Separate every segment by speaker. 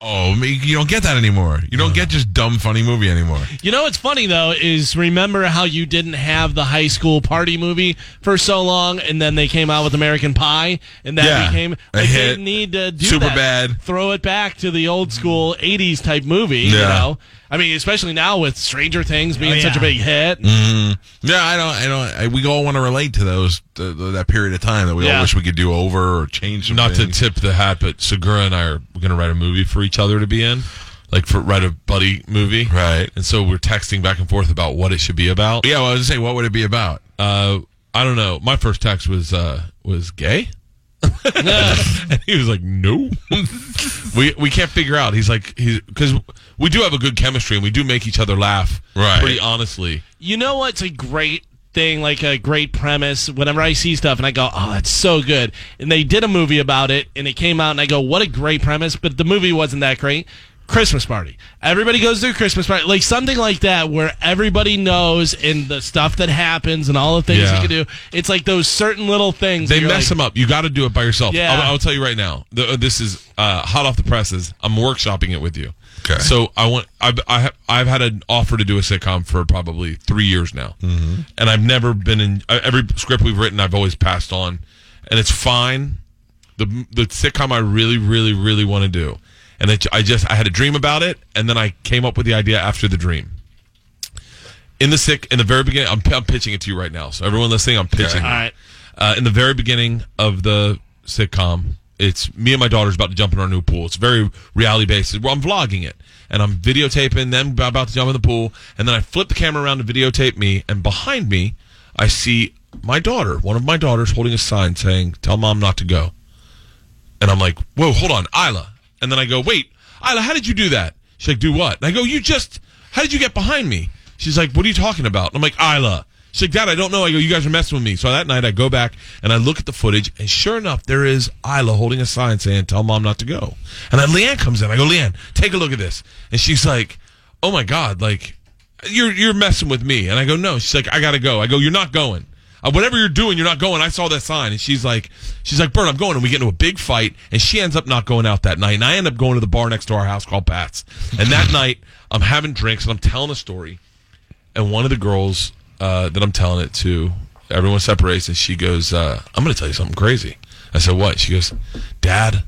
Speaker 1: Oh, I mean, you don't get that anymore. You don't get just dumb, funny movie anymore.
Speaker 2: You know what's funny though is remember how you didn't have the high school party movie for so long, and then they came out with American Pie, and that
Speaker 1: Yeah,
Speaker 2: became
Speaker 1: a
Speaker 2: like,
Speaker 1: hit.
Speaker 2: They need to do
Speaker 1: Super
Speaker 2: that.
Speaker 1: bad.
Speaker 2: Throw it back to the old school '80s type movie. You
Speaker 1: Yeah.
Speaker 2: know, I mean, especially now with Stranger Things being such a big hit.
Speaker 1: Mm. Yeah, I don't. I don't. I, we all want to relate to those to, to that period of time that we
Speaker 2: Yeah.
Speaker 1: all wish we could do over or change. Some
Speaker 3: Not to
Speaker 1: things.
Speaker 3: tip the hat, but Segura and I are going to write a movie for each other to be in, like for write a buddy movie,
Speaker 1: Right.
Speaker 3: And so we're texting back and forth about what it should be about.
Speaker 1: Yeah, well, I was gonna say, what would it be about?
Speaker 3: Uh, I don't know. My first text was uh, was gay, and he was like, "No." we we can't figure out. He's like, he's because we do have a good chemistry and we do make each other laugh,
Speaker 1: Right.
Speaker 3: Pretty honestly.
Speaker 2: You know what's a great thing, like a great premise? Whenever I see stuff and I go, oh, that's so good. And they did a movie about it and it came out and I go, what a great premise. But the movie wasn't that great. Christmas party. Everybody goes to a Christmas party. Like something like that where everybody knows and the stuff that happens and all the things
Speaker 3: Yeah.
Speaker 2: you can do. It's like those certain little things.
Speaker 3: They mess them up. You got to do it by yourself.
Speaker 2: Yeah.
Speaker 3: I'll, I'll tell you right now. The, uh, this is uh, hot off the presses. I'm workshopping it with you.
Speaker 1: Okay.
Speaker 3: So I want. I've I have, I've had an offer to do a sitcom for probably three years now, mm-hmm. and I've never been in uh, every script we've written. I've always passed on, and it's fine. The the sitcom I really really really want to do, and it, I just I had a dream about it, and then I came up with the idea after the dream. In the sick in the very beginning, I'm, I'm pitching it to you right now. So everyone listening, I'm pitching.
Speaker 2: All
Speaker 3: it.
Speaker 2: right.
Speaker 3: Uh, in the very beginning of the sitcom, it's me and my daughter's about to jump in our new pool. It's very reality based. Well, I'm vlogging it and I'm videotaping them about- about to jump in the pool. And then I flip the camera around to videotape me. And behind me, I see my daughter, one of my daughters, holding a sign saying, Tell mom not to go. And I'm like, Whoa, hold on, Isla. And then I go, Wait, Isla, how did you do that? She's like, Do what? And I go, You just, how did you get behind me? She's like, What are you talking about? And I'm like, Isla. She's like, Dad, I don't know. I go, You guys are messing with me. So that night I go back and I look at the footage, and sure enough, there is Isla holding a sign saying, Tell mom not to go. And then Leanne comes in. I go, Leanne, take a look at this. And she's like, Oh my God, like, you're you're messing with me. And I go, No. She's like, I gotta go. I go, You're not going. Uh, whatever you're doing, you're not going. I saw that sign, and she's like, she's like, Bert, I'm going, and we get into a big fight, and she ends up not going out that night, and I end up going to the bar next to our house called Pat's, and that night I'm having drinks and I'm telling a story, and one of the girls uh, that I'm telling it to, everyone separates, and she goes, uh, I'm gonna tell you something crazy. I said, what? She goes, Dad,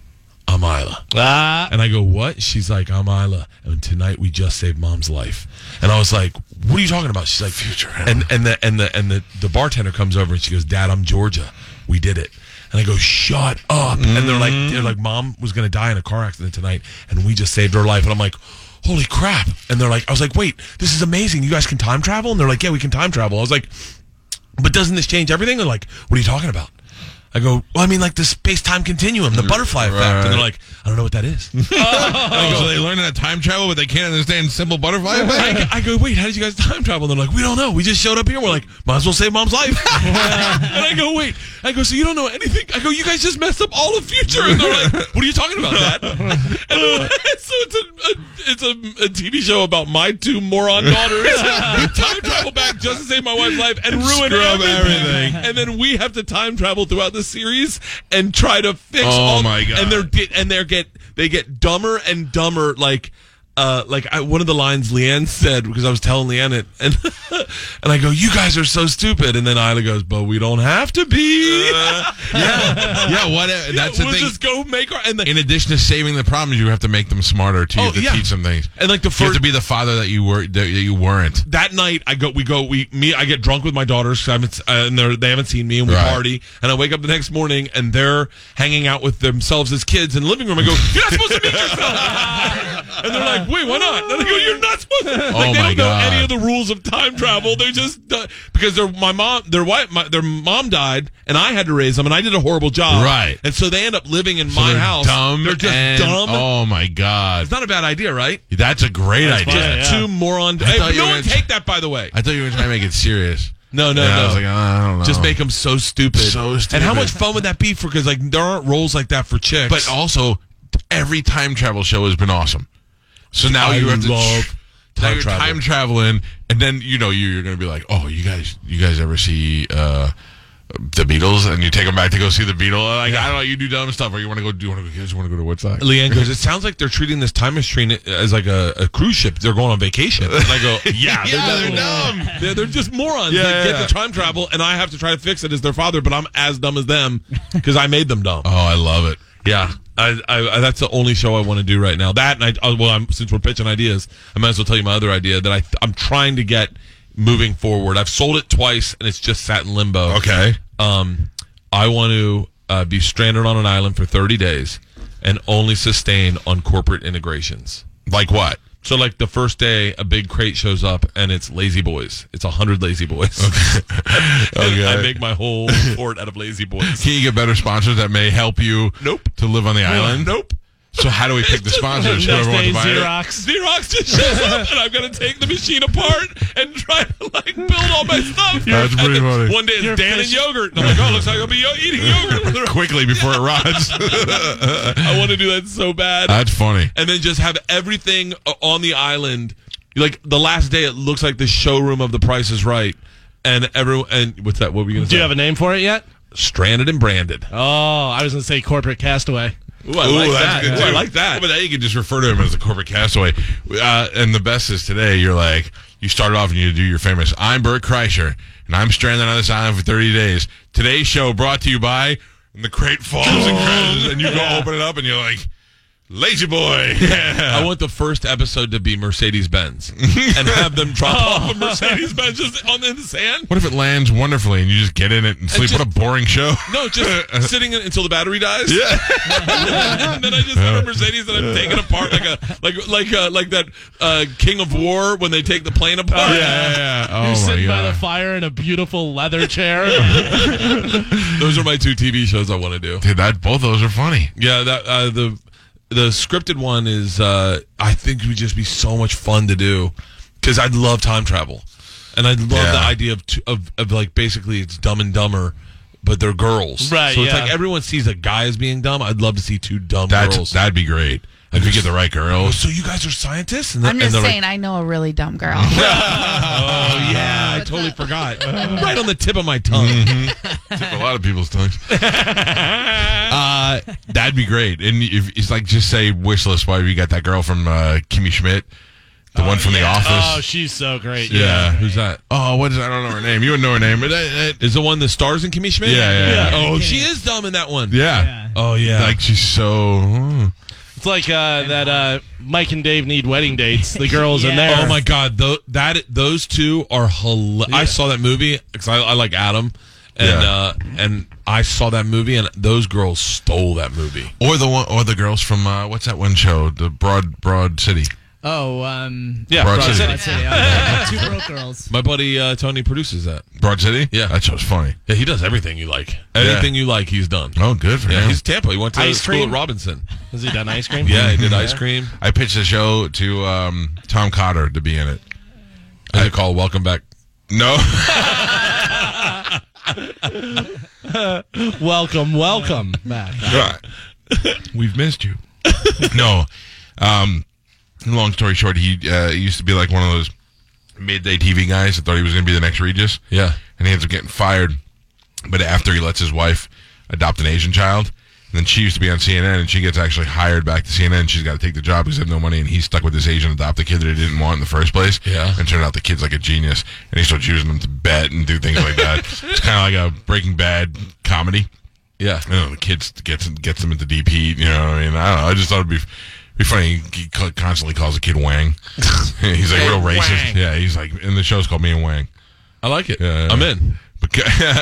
Speaker 3: I'm Isla.
Speaker 2: Ah,
Speaker 3: And I go, what? She's like, I'm Isla, and tonight we just saved mom's life. And I was like, what are you talking about? She's like, future. And and the and the and the, the bartender comes over and she goes, Dad, I'm Georgia. We did it. And I go, shut up. And they're like, they're like, mom was gonna die in a car accident tonight, and we just saved her life. And I'm like. Holy crap. And they're like, I was like, wait, this is amazing. You guys can time travel? And they're like, yeah, we can time travel. I was like, but doesn't this change everything? They're like, what are you talking about? I go, well, I mean, like the space time continuum, the butterfly effect. And they're like, I don't know what that is.
Speaker 1: Oh, so they learn how to time travel, but they can't understand simple butterfly
Speaker 3: I,
Speaker 1: effect.
Speaker 3: go- I go, wait, how did you guys time travel? And they're like, we don't know. We just showed up here. We're like, might as well save mom's life. and I go, wait. I go, so you don't know anything? I go, you guys just messed up all of future. And they're like, what are you talking about, Dad? And so it's a, a it's a, a TV show about my two moron daughters who time travel back just to save my wife's life and ruin
Speaker 1: Scrub
Speaker 3: everything.
Speaker 1: everything.
Speaker 3: And then we have to time travel throughout the series and try to fix.
Speaker 1: Oh,
Speaker 3: all,
Speaker 1: my God.
Speaker 3: And they're di- and they get they get dumber and dumber. Like, uh, like I, one of the lines Leanne said because I was telling Leanne it, and and I go, "You guys are so stupid." And then Isla goes, "But we don't have to be.
Speaker 1: Uh, yeah, yeah. What? uh, That's
Speaker 3: we'll
Speaker 1: the thing.
Speaker 3: just go make our." And, the,
Speaker 1: In addition to saving the problems, you have to make them smarter too. You
Speaker 3: Oh,
Speaker 1: have to
Speaker 3: yeah.
Speaker 1: teach them things.
Speaker 3: and like the
Speaker 1: You have
Speaker 3: first
Speaker 1: to be the father that you were that you weren't.
Speaker 3: that night I go we go we me I get drunk with my daughters 'cause I haven't, uh, and they're, they haven't seen me and we
Speaker 1: Right.
Speaker 3: party and I wake up the next morning and they're hanging out with themselves as kids in the living room I go you're not supposed to meet yourself And they're like, wait, why not? And I go, you're not supposed to. Like,
Speaker 1: Oh,
Speaker 3: they
Speaker 1: my
Speaker 3: don't know
Speaker 1: God.
Speaker 3: any of the rules of time travel. They just, uh, because their, my mom, their wife, my, their mom died and I had to raise them and I did a horrible job.
Speaker 1: Right.
Speaker 3: And so they end up living in
Speaker 1: So
Speaker 3: my
Speaker 1: they're
Speaker 3: house.
Speaker 1: Dumb.
Speaker 3: They're just
Speaker 1: and-
Speaker 3: dumb.
Speaker 1: Oh my god.
Speaker 3: It's not a bad idea, right?
Speaker 1: That's a great
Speaker 2: That's
Speaker 1: idea.
Speaker 2: fine, yeah.
Speaker 3: Just two moron.
Speaker 1: I
Speaker 3: Hey,
Speaker 1: thought you
Speaker 3: no
Speaker 1: were
Speaker 3: one
Speaker 1: gonna-
Speaker 3: take that, by the way.
Speaker 1: I thought you were trying to make it serious.
Speaker 3: No, no,
Speaker 1: And
Speaker 3: no.
Speaker 1: I was like, oh, I don't know.
Speaker 3: just make them so stupid.
Speaker 1: So
Speaker 3: And how
Speaker 1: stupid.
Speaker 3: much fun would that be for? Because like there aren't rules like that for chicks.
Speaker 1: But also, every time travel show has been awesome. So now
Speaker 3: I
Speaker 1: you have to.
Speaker 3: love
Speaker 1: now
Speaker 3: time
Speaker 1: you're
Speaker 3: travel.
Speaker 1: time traveling, and then you know you, you're going to be like, "Oh, you guys, you guys ever see uh, the Beatles?" And you take them back to go see the Beatles. Like I don't know, you do dumb stuff, or you want to go do you want to go, you guys want to go to Woodstock?
Speaker 3: Leanne goes, it sounds like they're treating this time machine as like a, a cruise ship. They're going on vacation. And I go, yeah,
Speaker 1: Yeah, they're
Speaker 3: dumb. They're, they're just morons.
Speaker 1: Yeah,
Speaker 3: they
Speaker 1: yeah,
Speaker 3: get
Speaker 1: yeah.
Speaker 3: the time travel, and I have to try to fix it as their father, but I'm as dumb as them because I made them dumb.
Speaker 1: Oh, I love it.
Speaker 3: Yeah, I, I, I, that's the only show I want to do right now. That and I, uh, well, I'm, since we're pitching ideas, I might as well tell you my other idea that I, I'm trying to get moving forward. I've sold it twice, and it's just sat in limbo.
Speaker 1: Okay.
Speaker 3: Um, I want to uh, be stranded on an island for 30 days and only sustain on corporate integrations.
Speaker 1: Like what?
Speaker 3: So, like the first day, a big crate shows up and it's Lazy Boys. It's a hundred Lazy Boys. And
Speaker 1: Okay.
Speaker 3: I make my whole report out of Lazy Boys.
Speaker 1: Can you get better sponsors that may help you?
Speaker 3: Nope.
Speaker 1: To live on the island.
Speaker 3: Nope.
Speaker 1: So how do we pick the sponsors?
Speaker 2: Next
Speaker 1: Whoever wants
Speaker 2: day,
Speaker 1: to buy it.
Speaker 2: Xerox.
Speaker 3: Xerox just shows up, and I'm gonna take the machine apart and try to like build all my stuff.
Speaker 1: That's
Speaker 3: And
Speaker 1: pretty
Speaker 3: then
Speaker 1: funny.
Speaker 3: One day it's
Speaker 2: You're
Speaker 3: Dan
Speaker 2: finished.
Speaker 3: and yogurt, and I'm like, oh, looks like I'll be yo- eating yogurt.
Speaker 1: quickly before it rots.
Speaker 3: I want to do that so bad.
Speaker 1: That's funny.
Speaker 3: and then just have everything uh, on the island. Like the last day, it looks like the showroom of The Price is Right, and everyone. And what's that? What were you gonna
Speaker 2: Do
Speaker 3: say?
Speaker 2: you have a name for it yet?
Speaker 3: Stranded and branded.
Speaker 2: Oh, I was gonna say corporate castaway.
Speaker 3: Ooh, I
Speaker 1: Ooh,
Speaker 3: like
Speaker 1: that's
Speaker 3: that.
Speaker 1: good,
Speaker 3: Ooh, I
Speaker 1: too.
Speaker 3: like that.
Speaker 1: But now you can just refer to him as the corporate castaway. Uh, and the best is today, you're like, you start off and you do your famous, I'm Bert Kreischer, and I'm stranded on this island for 30 days. Today's show brought to you by, and the crate falls and crashes, and you go open it up and you're like, Lazy boy.
Speaker 3: I want the first episode to be Mercedes Benz and have them drop off a Mercedes Benz just on the sand.
Speaker 1: What if it lands wonderfully and you just get in it and sleep?
Speaker 3: just-
Speaker 1: what a boring show.
Speaker 3: No, just sitting in, until the battery dies.
Speaker 1: Yeah.
Speaker 3: and then I just have a Mercedes that I'm taking apart like a like like uh, like that uh, King of War when they take the plane apart.
Speaker 1: Yeah, yeah, yeah. Oh,
Speaker 2: You're
Speaker 1: my
Speaker 2: sitting by the
Speaker 1: God.
Speaker 2: fire in a beautiful leather chair. Oh,
Speaker 3: Those are my two TV shows I want to do.
Speaker 1: Dude, that, both those are funny.
Speaker 3: Yeah, that uh, the the scripted one is uh, I think would just be so much fun to do because I'd love time travel, and I would love
Speaker 1: Yeah.
Speaker 3: the idea of, t- of of like basically it's Dumb and Dumber, but they're girls,
Speaker 2: Right,
Speaker 3: So it's
Speaker 2: yeah.
Speaker 3: like everyone sees a guy as being dumb. I'd love to see two dumb
Speaker 1: That's,
Speaker 3: girls.
Speaker 1: That'd be great. If you get the right
Speaker 3: oh,
Speaker 1: girls.
Speaker 3: so you guys are scientists? And the-
Speaker 4: I'm
Speaker 3: and
Speaker 4: just
Speaker 3: they're like,
Speaker 4: saying, I know a really dumb girl.
Speaker 3: oh yeah, I
Speaker 4: What's
Speaker 3: totally
Speaker 4: up?
Speaker 3: forgot. right on the tip of my tongue.
Speaker 1: Mm-hmm. Tip a lot of people's tongues. uh, that'd be great. And if it's like just say wish list why we got that girl from uh, Kimmy Schmidt, the one from The
Speaker 2: oh,
Speaker 1: Office.
Speaker 2: she's so great.
Speaker 1: yeah.
Speaker 3: Who's that?
Speaker 1: Oh, what is I don't know her name. You would know her name, but that, that,
Speaker 3: Is the one the stars in Kimmy Schmidt?
Speaker 1: Yeah, yeah, yeah.
Speaker 3: Oh, she is dumb in that one.
Speaker 1: yeah.
Speaker 3: Oh yeah.
Speaker 1: Like she's so hmm.
Speaker 2: It's like uh, that uh, Mike and Dave need wedding dates. The girls in
Speaker 4: Yeah.
Speaker 2: there.
Speaker 3: Oh my God, tho- that those two are hilarious. I saw that movie because I, I like Adam, and
Speaker 1: Yeah.
Speaker 3: uh, and I saw that movie, and those girls stole that movie.
Speaker 1: or the one or the girls from uh, what's that one show? The Broad Broad City.
Speaker 5: Oh, um,
Speaker 3: Yeah,
Speaker 1: Broad City.
Speaker 5: I'd say, uh, two broke girls.
Speaker 3: My buddy uh, Tony produces that.
Speaker 1: Broad City?
Speaker 3: Yeah.
Speaker 1: That show's funny.
Speaker 3: Yeah, he does everything you like. Anything you like, he's done.
Speaker 1: Oh, good for
Speaker 3: Yeah,
Speaker 1: him.
Speaker 3: he's Tampa. He went to
Speaker 2: Ice
Speaker 3: school
Speaker 2: cream?
Speaker 3: at Robinson.
Speaker 2: Has he done ice cream?
Speaker 3: Yeah, he did ice cream.
Speaker 1: I pitched a show to um, Tom Cotter to be in it.
Speaker 3: Is it called Welcome Back?
Speaker 1: No.
Speaker 2: Welcome, welcome back.
Speaker 1: Right. We've missed you. no. Um, long story short, he, uh, he used to be like one of those midday TV guys that thought he was going to be the next Regis.
Speaker 3: Yeah.
Speaker 1: And he ends up getting fired. But after he lets his wife adopt an Asian child, and then she used to be on CNN, and she gets actually hired back to CNN. She's got to take the job because they have no money, and he's stuck with this Asian adopted kid that he didn't want in the first place.
Speaker 3: Yeah.
Speaker 1: And turned out the kid's like a genius, and he starts using them to bet and do things like that. it's kind of like a Breaking Bad comedy
Speaker 3: Yeah.
Speaker 1: you know, the kids gets gets them into deep heat. You know, what I mean, I don't know. I just thought it'd be be funny. He co- constantly calls the kid Wang. he's like real racist.
Speaker 3: Wang.
Speaker 1: Yeah, he's like, and the show's called Me and Wang.
Speaker 3: I like it.
Speaker 1: Yeah, yeah.
Speaker 3: I'm in.
Speaker 1: But,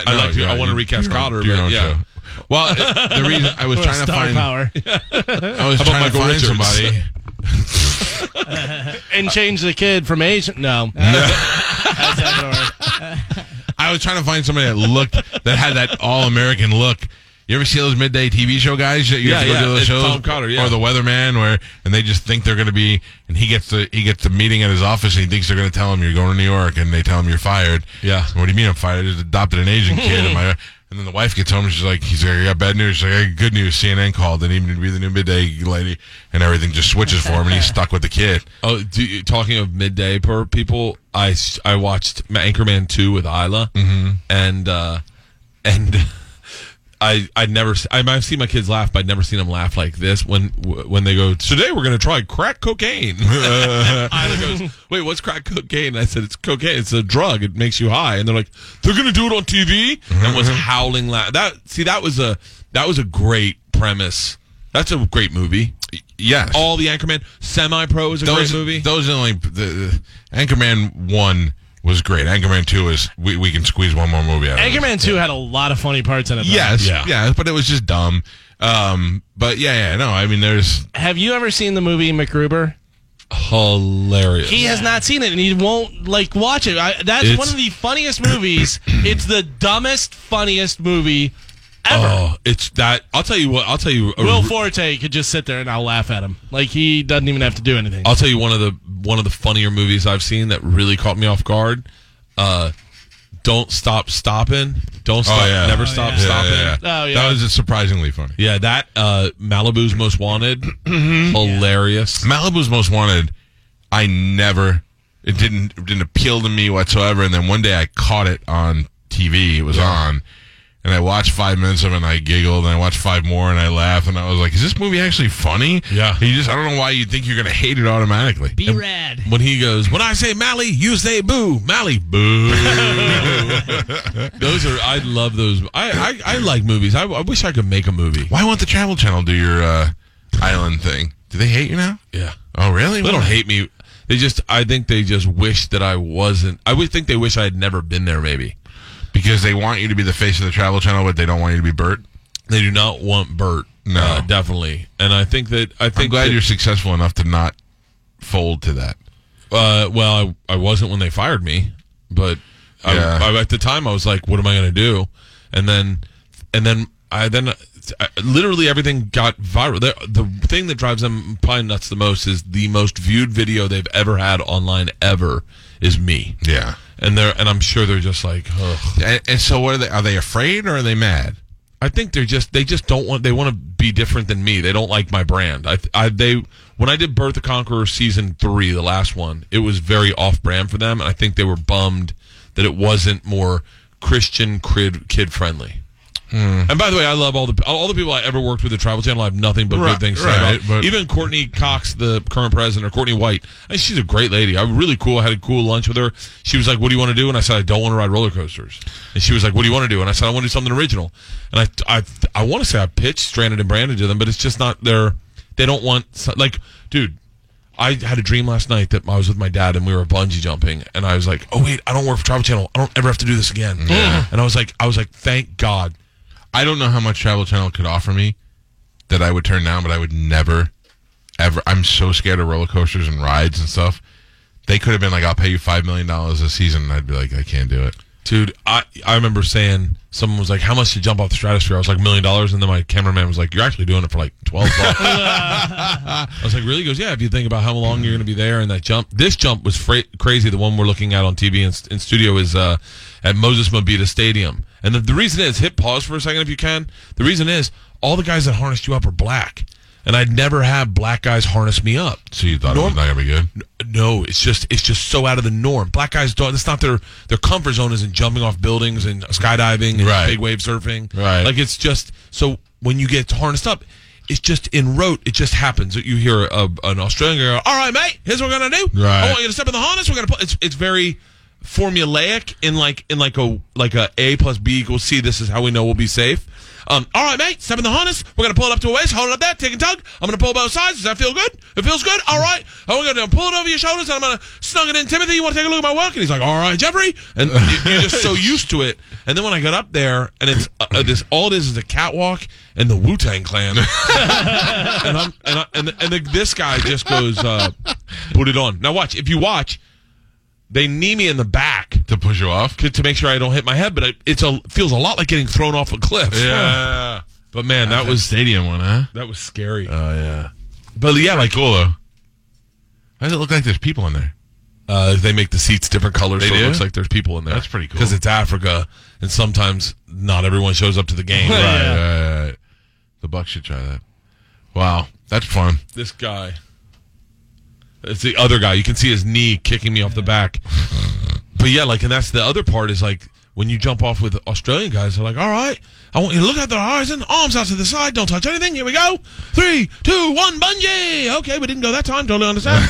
Speaker 1: I
Speaker 3: like to- I wanna recast Cotter, but yeah.
Speaker 1: Well, it- the reason I was
Speaker 2: What a
Speaker 1: trying to
Speaker 2: star
Speaker 1: find
Speaker 2: power.
Speaker 1: I was
Speaker 3: How
Speaker 1: trying
Speaker 3: about
Speaker 1: to
Speaker 3: Michael
Speaker 1: find
Speaker 3: Richards?
Speaker 1: somebody.
Speaker 2: and change the kid from Asian. No, That's not gonna work.
Speaker 1: I was trying to find somebody that looked that had that all American look. You ever see those midday TV show guys? that You have to go
Speaker 3: Yeah, yeah,
Speaker 1: to those
Speaker 3: it's
Speaker 1: shows,
Speaker 3: Tom Cotter, yeah.
Speaker 1: or the Weatherman, where and they just think they're going to be, and he gets the he gets the meeting at his office, and he thinks they're going to tell him you're going to New York, and they tell him you're fired.
Speaker 3: Yeah.
Speaker 1: What do you mean I'm fired? I just adopted an Asian kid, and my and then the wife gets home, and she's like, he's like, I got bad news. She's like, "Hey, good news. CNN called, they need me to be the new midday lady, and everything just switches for him, and he's stuck with the kid.
Speaker 3: Oh, do you, talking of midday per people, I, s- I watched Ma- Anchorman two with Isla, and uh, and I I never s- I, I've seen my kids laugh, but I'd never seen them laugh like this when w- when they go today we're gonna try crack cocaine. Isla goes, wait, what's crack cocaine? I said it's cocaine, it's a drug, it makes you high, and they're like they're gonna do it on TV, and was howling laugh. That see that was a that was a great premise. That's a great movie.
Speaker 1: Yes.
Speaker 3: All the Anchorman semi pro is a
Speaker 1: those,
Speaker 3: great movie.
Speaker 1: Those are only the, the Anchorman one was great. Anchorman two is we, we can squeeze one more movie out. of it.
Speaker 2: Anchorman Two had a lot of funny parts in it. though.
Speaker 1: Yes,
Speaker 3: Yeah.
Speaker 1: yeah. but it was just dumb. Um, but yeah, yeah, no, I mean, there's
Speaker 2: Have you ever seen the movie MacGruber?
Speaker 3: hilarious.
Speaker 2: He has not seen it, and he won't like watch it. I, that's
Speaker 3: It's-
Speaker 2: one of the funniest movies. it's the dumbest, funniest movie ever.
Speaker 3: oh, it's that. I'll tell you what. I'll tell you.
Speaker 2: Will Forte could just sit there and I'll laugh at him. Like he doesn't even have to do anything.
Speaker 3: I'll tell you one of the one of the funnier movies I've seen that really caught me off guard. Uh, don't stop stopping. Don't stop.
Speaker 1: yeah.
Speaker 3: Never
Speaker 1: Oh,
Speaker 3: stop
Speaker 1: yeah,
Speaker 3: stopping. Yeah,
Speaker 1: yeah,
Speaker 2: Oh, yeah.
Speaker 1: that was surprisingly funny.
Speaker 3: that uh, Malibu's Most Wanted, hilarious.
Speaker 1: Malibu's Most Wanted, I never it didn't it didn't appeal to me whatsoever. And then one day I caught it on TV. It was on, and I watched five minutes of it and I giggled. And I watched five more and I laughed. And I was like, "Is this movie actually funny?"
Speaker 3: Yeah.
Speaker 1: You just I don't know why you think you're gonna hate it automatically.
Speaker 5: Be rad.
Speaker 3: When he goes, when I say Mally, you say boo. Mally, boo. those are. I love those. I I, I like movies. I, I wish I could make a movie.
Speaker 1: Why won't the Travel Channel do your uh, island thing? Do they hate you now?
Speaker 3: Yeah.
Speaker 1: Oh, really?
Speaker 3: They don't
Speaker 1: Why?
Speaker 3: hate me. They just, I think they just wish that I wasn't. I would think they wish I had never been there. Maybe
Speaker 1: because they want you to be the face of the Travel Channel, but they don't want you to be Bert.
Speaker 3: they do not want Bert.
Speaker 1: No.
Speaker 3: Uh, definitely. And I think that I think
Speaker 1: I'm glad
Speaker 3: that-
Speaker 1: you're successful enough to not fold to that.
Speaker 3: Uh, well, I, I wasn't when they fired me, but
Speaker 1: Yeah.
Speaker 3: I, I, at the time I was like, "What am I going to do?" And then, and then I then uh, I, literally everything got viral. The, the thing that drives them probably nuts the most is the most viewed video they've ever had online ever is me.
Speaker 1: Yeah.
Speaker 3: And they're and I'm sure they're just like, Ugh.
Speaker 1: And, and so, what are they? Are they afraid or are they mad?
Speaker 3: I think they're just they just don't want they want to be different than me. They don't like my brand. I, I they when I did Birth of Conqueror season three, the last one, it was very off brand for them, and I think they were bummed that it wasn't more Christian kid kid friendly.
Speaker 1: Hmm.
Speaker 3: And by the way, I love all the all the people I ever worked with at Travel Channel. I have nothing but
Speaker 1: Right,
Speaker 3: good things to say
Speaker 1: right,
Speaker 3: about.
Speaker 1: but-
Speaker 3: Even Courtney Cox, the current president, or Courtney White, I- she's a great lady. I really cool. I had a cool lunch with her. She was like, "What do you want to do?" And I said, "I don't want to ride roller coasters." And she was like, "What do you want to do?" And I said, "I want to do something original." And I I I want to say I pitched Stranded and Branded to them, but it's just not their. They don't want so- like, dude. I had a dream last night that I was with my dad and we were bungee jumping, and I was like, "Oh wait, I don't work for Travel Channel. I don't ever have to do this again." And I was like, "I was like, thank God."
Speaker 1: I don't know how much Travel Channel could offer me that I would turn down, but I would never, ever. I'm so scared of roller coasters and rides and stuff. They could have been like, "I'll pay you five million dollars a season," and I'd be like, "I can't do it."
Speaker 3: Dude, I, I remember saying someone was like, "How much to jump off the stratosphere?" I was like, million dollars," and then my cameraman was like, "You're actually doing it for like twelve bucks." I was like, "Really?" He goes, "Yeah." If you think about how long you're going to be there and that jump, this jump was fra- crazy. The one we're looking at on TV and in studio is uh, at Moses Mabita Stadium, and the, the reason is hit pause for a second if you can. The reason is all the guys that harnessed you up are black, and I'd never have black guys harness me up.
Speaker 1: So you thought it was
Speaker 3: Norm-
Speaker 1: not gonna be good?
Speaker 3: no, it's just it's just so out of the norm. Black guys don't. That's not their their comfort zone. Isn't jumping off buildings and skydiving and
Speaker 1: Right.
Speaker 3: big wave surfing.
Speaker 1: Right.
Speaker 3: Like it's just so when you get harnessed up, it's just in rote. It just happens. You hear a, an Australian go, "All right, mate, here's what we're gonna do.
Speaker 1: Right.
Speaker 3: I want Oh, you to step in the harness. We're gonna put." It's it's very formulaic in like in like a like a A plus B equals C. This is how we know we'll be safe. Um, all right, mate. Step in the harness. We're gonna pull it up to a waist. Hold it up there. Take and tug. I'm gonna pull both sides. Does that feel good? It feels good. All right. I'm gonna do- pull it over your shoulders. And I'm gonna snug it in. Timothy, you want to take a look at my work? And he's like, All right, Jeffrey. And you- you're just so used to it. And then when I got up there, and it's uh, uh, this all it is is a catwalk and the Wu Tang Clan. and I'm and I, and, and the, this guy just goes. Uh, put it on. Now watch. If you watch, they knee me in the back
Speaker 1: to push you off.
Speaker 3: to, to make sure I don't hit my head, but I, it's a feels a lot like getting thrown off a cliff.
Speaker 1: Yeah.
Speaker 3: But man, that was
Speaker 1: stadium one, huh?
Speaker 3: that was scary.
Speaker 1: Oh yeah. But yeah, like cool though. Why does it look like there's people in there?
Speaker 3: Uh, they make the seats different colors,
Speaker 1: They
Speaker 3: so
Speaker 1: do?
Speaker 3: it looks like there's people in there.
Speaker 1: That's pretty cool.
Speaker 3: because it's Africa, and sometimes not everyone shows up to the game.
Speaker 1: Right, right, right, right. uh, The Bucks should try that. Wow, that's fun.
Speaker 3: This guy, it's the other guy. You can see his knee kicking me off the back. But yeah, like, and that's the other part is like when you jump off with Australian guys, they're like, "All right, I want you to look at the horizon, arms out to the side, don't touch anything. Here we go, three, two, one, bungee." Okay, we didn't go that time. Totally understand.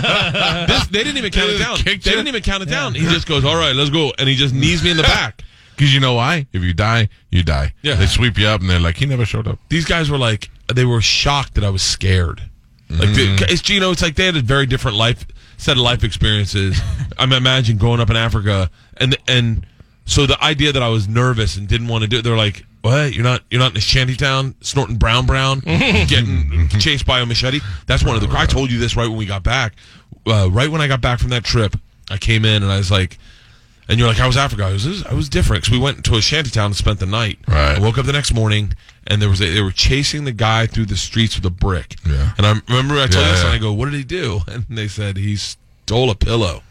Speaker 3: this, they didn't even count
Speaker 1: They
Speaker 3: it
Speaker 1: just
Speaker 3: down. They
Speaker 1: kicked it.
Speaker 3: didn't even count it down. He just goes, "All right, let's go," and he just knees me in the back.
Speaker 1: Because you know why? If you die, you die.
Speaker 3: Yeah.
Speaker 1: They sweep you up and they're like, he never showed up.
Speaker 3: these guys were like they were shocked that I was scared. Like the, it's you know it's like they had a very different life set of life experiences. I'm imagine growing up in Africa and and so the idea that I was nervous and didn't want to do it, they're like, "What? You're not you're not in a shantytown snorting brown brown, getting chased by a machete." That's one of the. I told you this right when we got back. Uh, right when I got back from that trip, I came in and I was like, and you're like, "How was Africa?" I was "This- I was different because we went to a shantytown and spent the night.
Speaker 1: Right.
Speaker 3: I woke up the next morning and there was a, they were chasing the guy through the streets with a brick.
Speaker 1: Yeah.
Speaker 3: And I remember I told
Speaker 1: Yeah,
Speaker 3: you this
Speaker 1: yeah.
Speaker 3: and I go, "What did he do?" And they said he stole a pillow.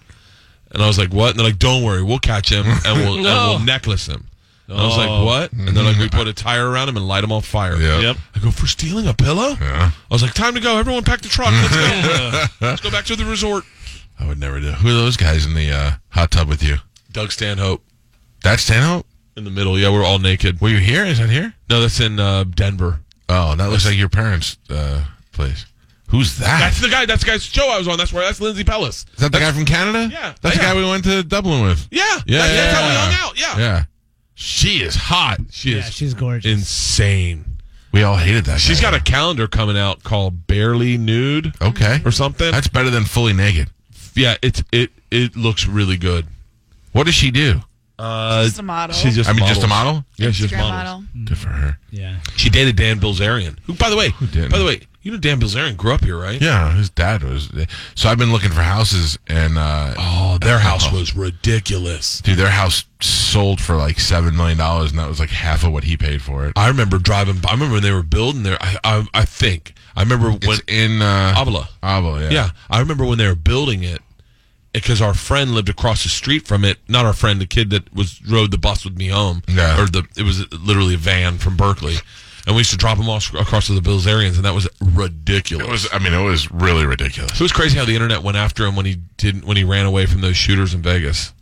Speaker 3: And I was like, "What?" And they're like, "Don't worry, we'll catch him and we'll, and
Speaker 2: No.
Speaker 3: we'll necklace him." And I was like, "What?" And they're like, "We put a tire around him and light him on fire."
Speaker 1: Yeah.
Speaker 2: Yep.
Speaker 3: I go for stealing a pillow.
Speaker 1: Yeah.
Speaker 3: I was like, "Time to go! Everyone, pack the truck. Let's go. Let's go back to the resort."
Speaker 1: I would never do. Who are those guys in the uh, hot tub with you?
Speaker 3: Doug Stanhope
Speaker 1: That's Stanhope?
Speaker 3: in the middle. Yeah, we're all naked.
Speaker 1: Were you here? Is that here?
Speaker 3: No, that's in uh, Denver.
Speaker 1: Oh, that looks like your parents' uh, place. Who's that?
Speaker 3: That's the guy. That's the guy's show I was on. That's where. That's Lindsay Pellis.
Speaker 1: Is that the guy from Canada?
Speaker 3: Yeah.
Speaker 1: That's the
Speaker 3: Yeah.
Speaker 1: guy we went to Dublin with.
Speaker 3: Yeah,
Speaker 1: Yeah.
Speaker 3: That- that's how we
Speaker 1: yeah.
Speaker 3: hung out. Yeah.
Speaker 1: Yeah. She is hot.
Speaker 3: She
Speaker 5: Yeah,
Speaker 3: is
Speaker 5: she's gorgeous.
Speaker 3: insane.
Speaker 1: We all hated that.
Speaker 3: She's
Speaker 1: She's
Speaker 3: got a calendar coming out called Barely Nude
Speaker 1: Okay.
Speaker 3: or something.
Speaker 1: That's better than fully naked.
Speaker 3: yeah, it's it it looks really good.
Speaker 1: What does she do?
Speaker 3: Uh,
Speaker 4: Just a model.
Speaker 3: She's just
Speaker 1: I mean,
Speaker 3: models.
Speaker 1: just a model?
Speaker 3: Yeah, she's just
Speaker 4: Instagram
Speaker 3: models.
Speaker 4: model.
Speaker 1: Good for her.
Speaker 5: yeah.
Speaker 3: She dated Dan Bilzerian, who, by the way,
Speaker 1: didn't?
Speaker 3: by the way, you know Dan Bilzerian grew up here, right?
Speaker 1: Yeah, his dad was. So I've been looking for houses, and uh,
Speaker 3: Oh, their house was ridiculous.
Speaker 1: dude, their house sold for like seven million dollars, and that was like half of what he paid for it.
Speaker 3: I remember driving. I remember when they were building there. I I, I think I remember when
Speaker 1: It's in uh,
Speaker 3: Avila.
Speaker 1: Abel, yeah.
Speaker 3: Yeah, I remember when they were building it because our friend lived across the street from it. Not our friend, the kid that was rode the bus with me home.
Speaker 1: Yeah.
Speaker 3: or the it was literally a van from Berkeley, and we used to drop them off across to the Bilzerians, and that was ridiculous.
Speaker 1: It was. I mean, it was really ridiculous.
Speaker 3: It was crazy how the internet went after him when he didn't when he ran away from those shooters in Vegas.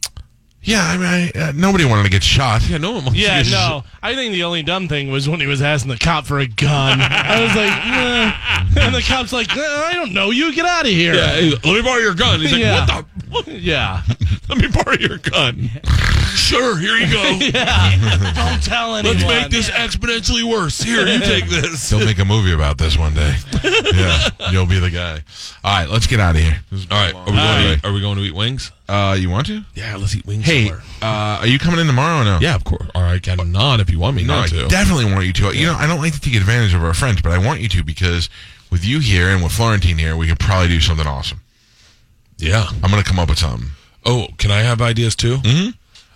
Speaker 1: Yeah, I mean, I, uh, nobody wanted to get shot.
Speaker 3: Yeah, no one wants
Speaker 2: Yeah,
Speaker 3: to get
Speaker 2: no. I think the only dumb thing was when he was asking the cop for a gun. I was like, "Nah." and the cop's like, "Uh, I don't know you. Get out of here.
Speaker 3: Yeah, hey, let me borrow your gun. He's like,
Speaker 2: Yeah.
Speaker 3: what the? what?
Speaker 2: Yeah.
Speaker 3: Let me borrow your gun. sure, here you go.
Speaker 2: Don't tell anyone.
Speaker 3: Let's make this exponentially worse. Here, you take this.
Speaker 1: They'll make a movie about this one day. yeah, you'll be the guy. All right, let's get out of here. This is-
Speaker 3: All right, are we, going to eat, are we going to eat wings?
Speaker 1: Uh, you want to?
Speaker 3: Yeah, let's eat wings.
Speaker 1: Hey, uh, are you coming in tomorrow or no?
Speaker 3: Yeah, of course. Or I can not if you want me
Speaker 1: No, I
Speaker 3: not to.
Speaker 1: definitely want you to. You know, I don't like to take advantage of our friends, but I want you to because with you here and with Florentine here, we could probably do something awesome.
Speaker 3: yeah.
Speaker 1: I'm gonna come up with something.
Speaker 3: Oh, can I have ideas too? Mm-hmm.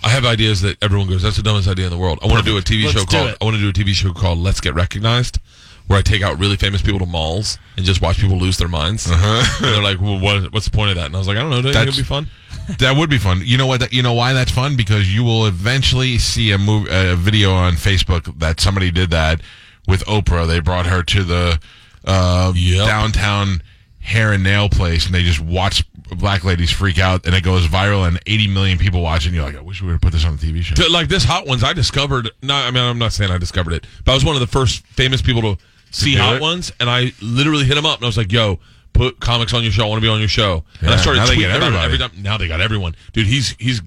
Speaker 3: I have ideas that everyone goes, "That's the dumbest idea in the world." I want to do a TV
Speaker 2: Let's
Speaker 3: show
Speaker 2: do
Speaker 3: called
Speaker 2: it.
Speaker 3: I want to do a TV show called "Let's Get Recognized," where I take out really famous people to malls and just watch people lose their minds. And they're like, "Well, what, what's the point of that?" And I was like, "I don't know. Don't you think
Speaker 1: That's-
Speaker 3: it'd be fun?"
Speaker 1: That would be fun. You know what? That, you know why that's fun? Because you will eventually see a move, a video on Facebook that somebody did that with Oprah. They brought her to the uh,
Speaker 3: Yep.
Speaker 1: downtown hair and nail place, and they just watch black ladies freak out, and it goes viral, and 80 million people watch it. And you're like, I wish we would have put this on the TV show.
Speaker 3: Th- like this hot ones i discovered no i mean i'm not saying i discovered it but i was one of the first famous people to see
Speaker 1: do
Speaker 3: hot
Speaker 1: it?
Speaker 3: ones and i literally hit them up and i was like yo put comics on your show i want to be on your show and
Speaker 1: Yeah,
Speaker 3: i started
Speaker 1: now they
Speaker 3: tweeting
Speaker 1: get
Speaker 3: about it
Speaker 1: everybody.
Speaker 3: every time now they got everyone dude he's he's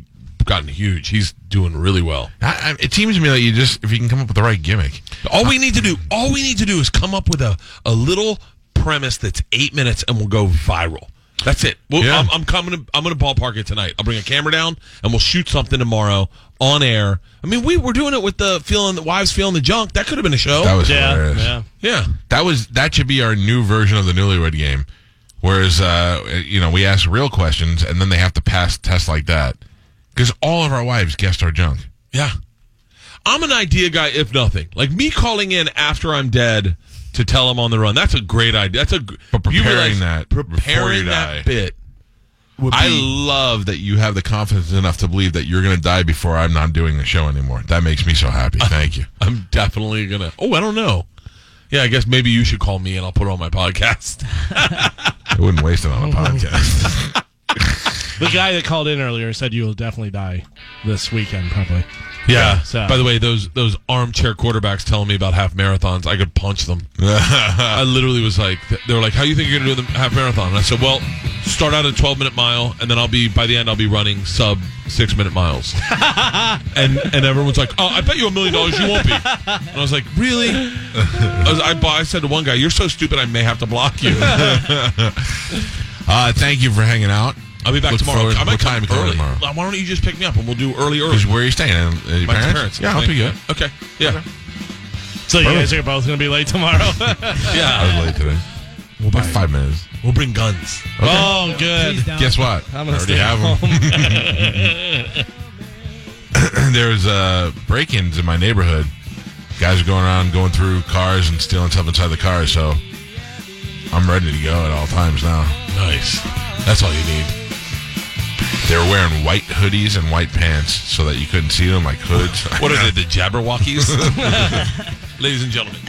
Speaker 3: gotten huge he's doing really well
Speaker 1: I, I, it seems to me that you just if you can come up with the right gimmick.
Speaker 3: all we need to do all we need to do is come up with a, a little premise that's eight minutes and we'll go viral that's it. Well,
Speaker 1: Yeah.
Speaker 3: I'm, I'm coming. To, I'm going to ballpark it tonight. I'll bring a camera down and we'll shoot something tomorrow on air. I mean, we were doing it with the feeling the wives feeling the junk. That could have been a show.
Speaker 1: That was
Speaker 2: Yeah.
Speaker 1: hilarious.
Speaker 2: Yeah.
Speaker 3: yeah.
Speaker 1: That was that should be our new version of the Newlywed Game. Whereas, uh, you know, we ask real questions and then they have to pass tests like that because all of our wives guessed our junk.
Speaker 3: Yeah. I'm an idea guy, if nothing. Like me calling in after I'm dead to tell him on the run. That's a great idea. That's a gr-
Speaker 1: But
Speaker 3: you
Speaker 1: preparing
Speaker 3: realize
Speaker 1: that before you
Speaker 3: preparing
Speaker 1: die.
Speaker 3: that bit.
Speaker 1: I love that you have the confidence enough to believe that you're going to die before I'm not doing the show anymore. That makes me so happy. Thank you.
Speaker 3: I'm definitely gonna. Oh, I don't know. Yeah, I guess maybe you should call me and I'll put it on my podcast.
Speaker 1: I wouldn't waste it
Speaker 3: Oh
Speaker 1: on a podcast.
Speaker 2: The guy that called in earlier said you will definitely die this weekend, probably.
Speaker 3: Yeah.
Speaker 2: so-
Speaker 3: By the way, those those armchair quarterbacks telling me about half marathons, I could punch them. I literally was like, they were like, "How do you think you're gonna do the half marathon?" And I said, "Well, start out at a 12 minute mile, and then I'll be by the end I'll be running sub six minute miles." and and everyone's like, "Oh, I bet you a million dollars you won't be." And I was like, "Really?" I, was, I, bu- I said to one guy, "You're so stupid, I may have to block you."
Speaker 1: uh, thank you for hanging out.
Speaker 3: I'll be back
Speaker 1: Look
Speaker 3: tomorrow.
Speaker 1: forward-
Speaker 3: I might
Speaker 1: what time
Speaker 3: come
Speaker 1: you coming
Speaker 3: early.
Speaker 1: tomorrow?
Speaker 3: Why don't you just pick me up and we'll do early, early.
Speaker 1: Where are you staying? Uh, your
Speaker 3: My
Speaker 1: parents?
Speaker 3: parents.
Speaker 1: Yeah, I'll
Speaker 3: Like-
Speaker 1: be good.
Speaker 3: Okay. Yeah.
Speaker 2: So you guys are both going to be late tomorrow.
Speaker 3: Yeah.
Speaker 1: I was late today. Well, by five minutes.
Speaker 3: We'll bring guns.
Speaker 2: Oh, good.
Speaker 5: down.
Speaker 1: Guess what?
Speaker 2: I'm
Speaker 1: I
Speaker 2: gonna
Speaker 1: already
Speaker 2: stay
Speaker 1: have them. There's uh, break-ins in my neighborhood. Guys are going around, going through cars and stealing stuff inside the cars. So I'm ready to go at all times now.
Speaker 3: Nice. That's all you need.
Speaker 1: They were wearing white hoodies and white pants so that you couldn't see them, like hoods.
Speaker 3: What are they, the Jabberwockies? Ladies and gentlemen.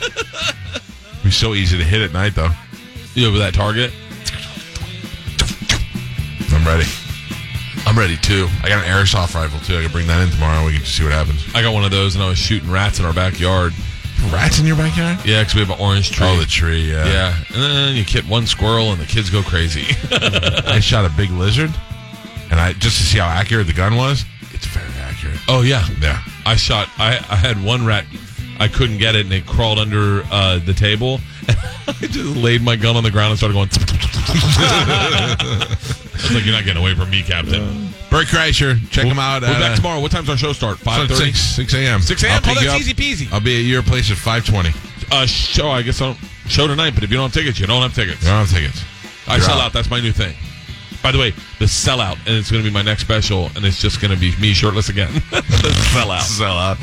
Speaker 1: It'd be so easy to hit at night, though.
Speaker 3: You over that target?
Speaker 1: I'm ready.
Speaker 3: I'm ready too.
Speaker 1: I got an airsoft rifle too. I can bring that in tomorrow. We can see what happens.
Speaker 3: I got one of those and I was shooting rats in our backyard.
Speaker 1: Rats in your backyard?
Speaker 3: Yeah, because we have an orange tree.
Speaker 1: Oh, the tree. Yeah.
Speaker 3: yeah. And then you hit one squirrel and the kids go crazy.
Speaker 1: I shot a big lizard, and I just to see how accurate the gun was. It's very accurate.
Speaker 3: oh, yeah.
Speaker 1: Yeah.
Speaker 3: I shot, I, I had one rat. I couldn't get it and it crawled under uh, the table. I just laid my gun on the ground and started going. I was like, you're not getting away from me, Captain.
Speaker 1: Bert Kreischer, check him out.
Speaker 3: We're
Speaker 1: at,
Speaker 3: back
Speaker 1: uh,
Speaker 3: tomorrow. What time's our show start?
Speaker 1: so
Speaker 3: 5.30?
Speaker 1: it's Six six a.m.
Speaker 3: 6 a.m.?
Speaker 1: I'll
Speaker 3: Oh,
Speaker 1: pick you
Speaker 3: that's
Speaker 1: up.
Speaker 3: easy peasy.
Speaker 1: I'll be at your place at five twenty.
Speaker 3: uh, show. I guess I don't show tonight. But if you don't have tickets, you don't have tickets.
Speaker 1: I don't have tickets.
Speaker 3: I
Speaker 1: You're
Speaker 3: sell out. That's my new thing. By the way, the sellout, and it's going to be my next special, and it's just going to be me shirtless again. the sellout.
Speaker 1: Sell out.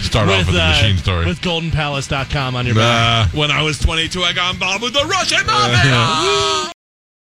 Speaker 1: Start off
Speaker 2: With,
Speaker 1: with the
Speaker 2: uh,
Speaker 1: machine story.
Speaker 2: with goldenpalace.com on your back.
Speaker 1: Nah.
Speaker 3: When I was 22, I got involved with the Russian mafia.